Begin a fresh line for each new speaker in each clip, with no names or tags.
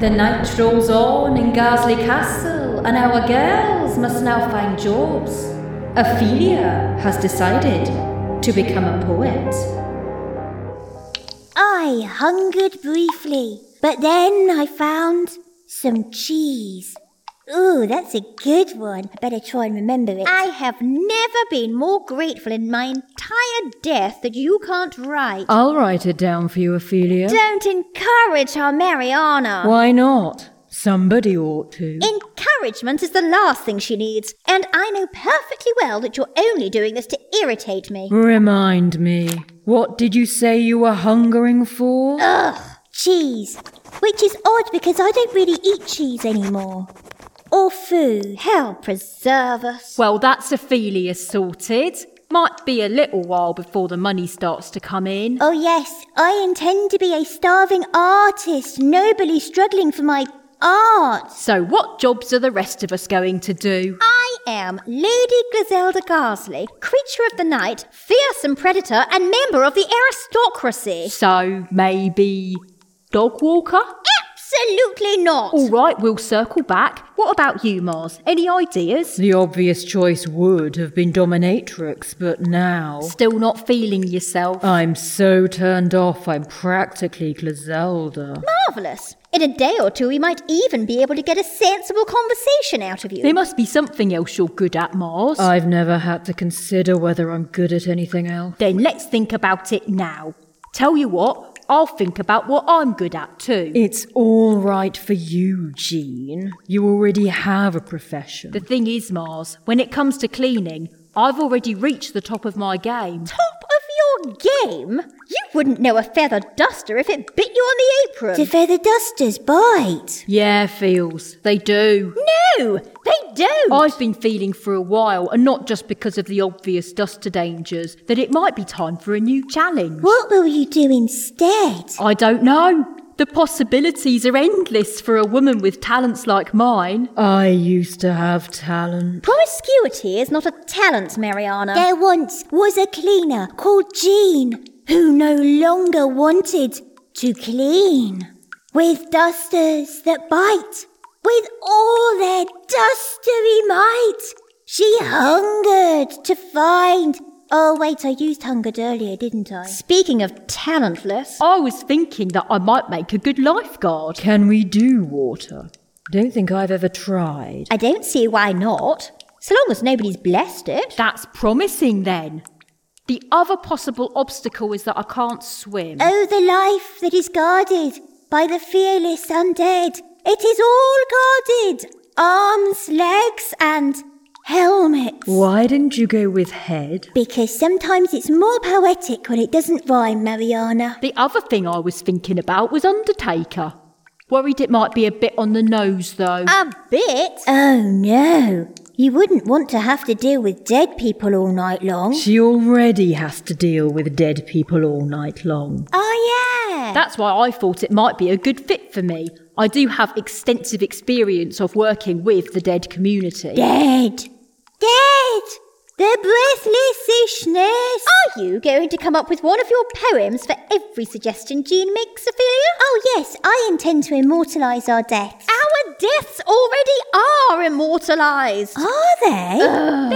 The night rolls on in Garsley Castle, and our girls must now find jobs. Ophelia has decided to become a poet.
I hungered briefly, but then I found some cheese. Ooh, that's a good one. I better try and remember it.
I have never been more grateful in my entire death that you can't write.
I'll write it down for you, Ophelia.
Don't encourage our Mariana.
Why not? Somebody ought to.
Encouragement is the last thing she needs, and I know perfectly well that you're only doing this to irritate me.
Remind me, what did you say you were hungering for?
Ugh,
cheese, which is odd because I don't really eat cheese anymore. Or food.
hell preserve us.
Well, that's Ophelia sorted. Might be a little while before the money starts to come in.
Oh, yes, I intend to be a starving artist, nobly struggling for my art.
So, what jobs are the rest of us going to do?
I am Lady Griselda Garsley, creature of the night, fearsome predator, and member of the aristocracy.
So, maybe dog walker?
Absolutely not.
All right, we'll circle back. What about you, Mars? Any ideas?
The obvious choice would have been dominatrix, but now.
Still not feeling yourself?
I'm so turned off, I'm practically Griselda.
Marvellous. In a day or two, we might even be able to get a sensible conversation out of you. Uh.
There must be something else you're good at, Mars.
I've never had to consider whether I'm good at anything else.
Then let's think about it now. Tell you what, I'll think about what I'm good at too.
It's all right for you, Jean. You already have a profession.
The thing is, Mars, when it comes to cleaning, I've already reached the top of my game.
Top of your game? You wouldn't know a feather duster if it bit you on the apron.
Do feather dusters bite?
Yeah, feels. They do.
no, they don't.
I've been feeling for a while, and not just because of the obvious duster dangers, that it might be time for a new challenge.
What will you do instead?
I don't know. The possibilities are endless for a woman with talents like mine.
I used to have talent.
Promiscuity is not a talent, Mariana.
There once was a cleaner called Jean who no longer wanted to clean. With dusters that bite, with all their dustery might, she hungered to find. Oh, wait, I used hungered earlier, didn't I?
Speaking of talentless,
I was thinking that I might make a good lifeguard.
Can we do water? Don't think I've ever tried.
I don't see why not. So long as nobody's blessed it.
That's promising then. The other possible obstacle is that I can't swim.
Oh, the life that is guarded by the fearless undead. It is all guarded. Arms, legs, and helmets.
Why didn't you go with head?
Because sometimes it's more poetic when it doesn't rhyme, Mariana.
The other thing I was thinking about was Undertaker. Worried it might be a bit on the nose though.
A bit.
Oh no. You wouldn't want to have to deal with dead people all night long.
She already has to deal with dead people all night long.
Oh yeah.
That's why I thought it might be a good fit for me. I do have extensive experience of working with the dead community.
Dead. Dead. The breathlessishness.
Are you going to come up with one of your poems for every suggestion Jean makes, Ophelia?
Oh yes, I intend to immortalise our deaths.
Our deaths already are immortalised.
Are they?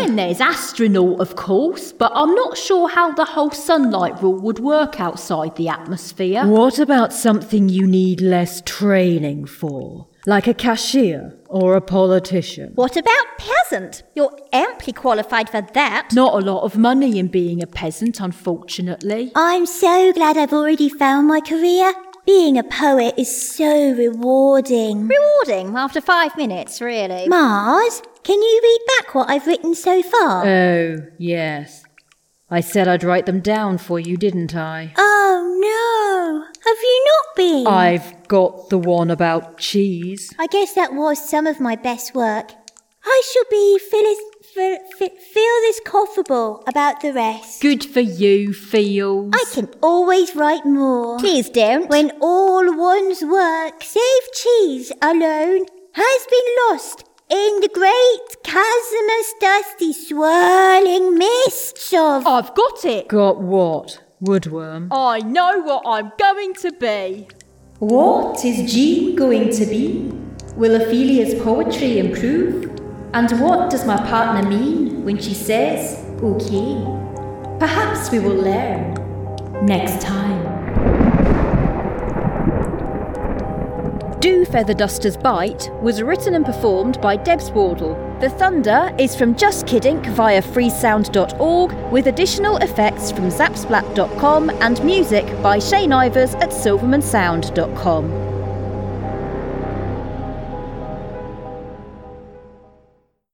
Then there's astronaut, of course, but I'm not sure how the whole sunlight rule would work outside the atmosphere.
What about something you need less training for? Like a cashier or a politician?
What about peasant? You're amply qualified for that.
Not a lot of money in being a peasant, unfortunately.
I'm so glad I've already found my career. Being a poet is so rewarding.
Rewarding after five minutes, really.
Mars, can you read back what I've written so far?
Uh,
Oh, yes. I said I'd write them down for you, didn't I?
oh no! Have you not been?
I've got the one about cheese.
I guess that was some of my best work. I shall be Phyllis, Phil, Phil, feel this coughable about the rest.
Good for you, Fields.
I can always write more.
Please don't.
When all one's work, save cheese alone, has been lost in the great chasmous dusty swirling mists of.
I've got it. Oh,
Got what? Woodworm.
I know what I'm going to be.
What is Jean going to be? Will Ophelia's poetry improve? And what does my partner mean when she says, okay? Perhaps we will learn next time.
Do Feather Duster's Bite was written and performed by Debs Wardle. The Thunder is from Just Kiddink via freesound.org with additional effects from zapsplat.com and music by Shane Ivers at silvermansound.com.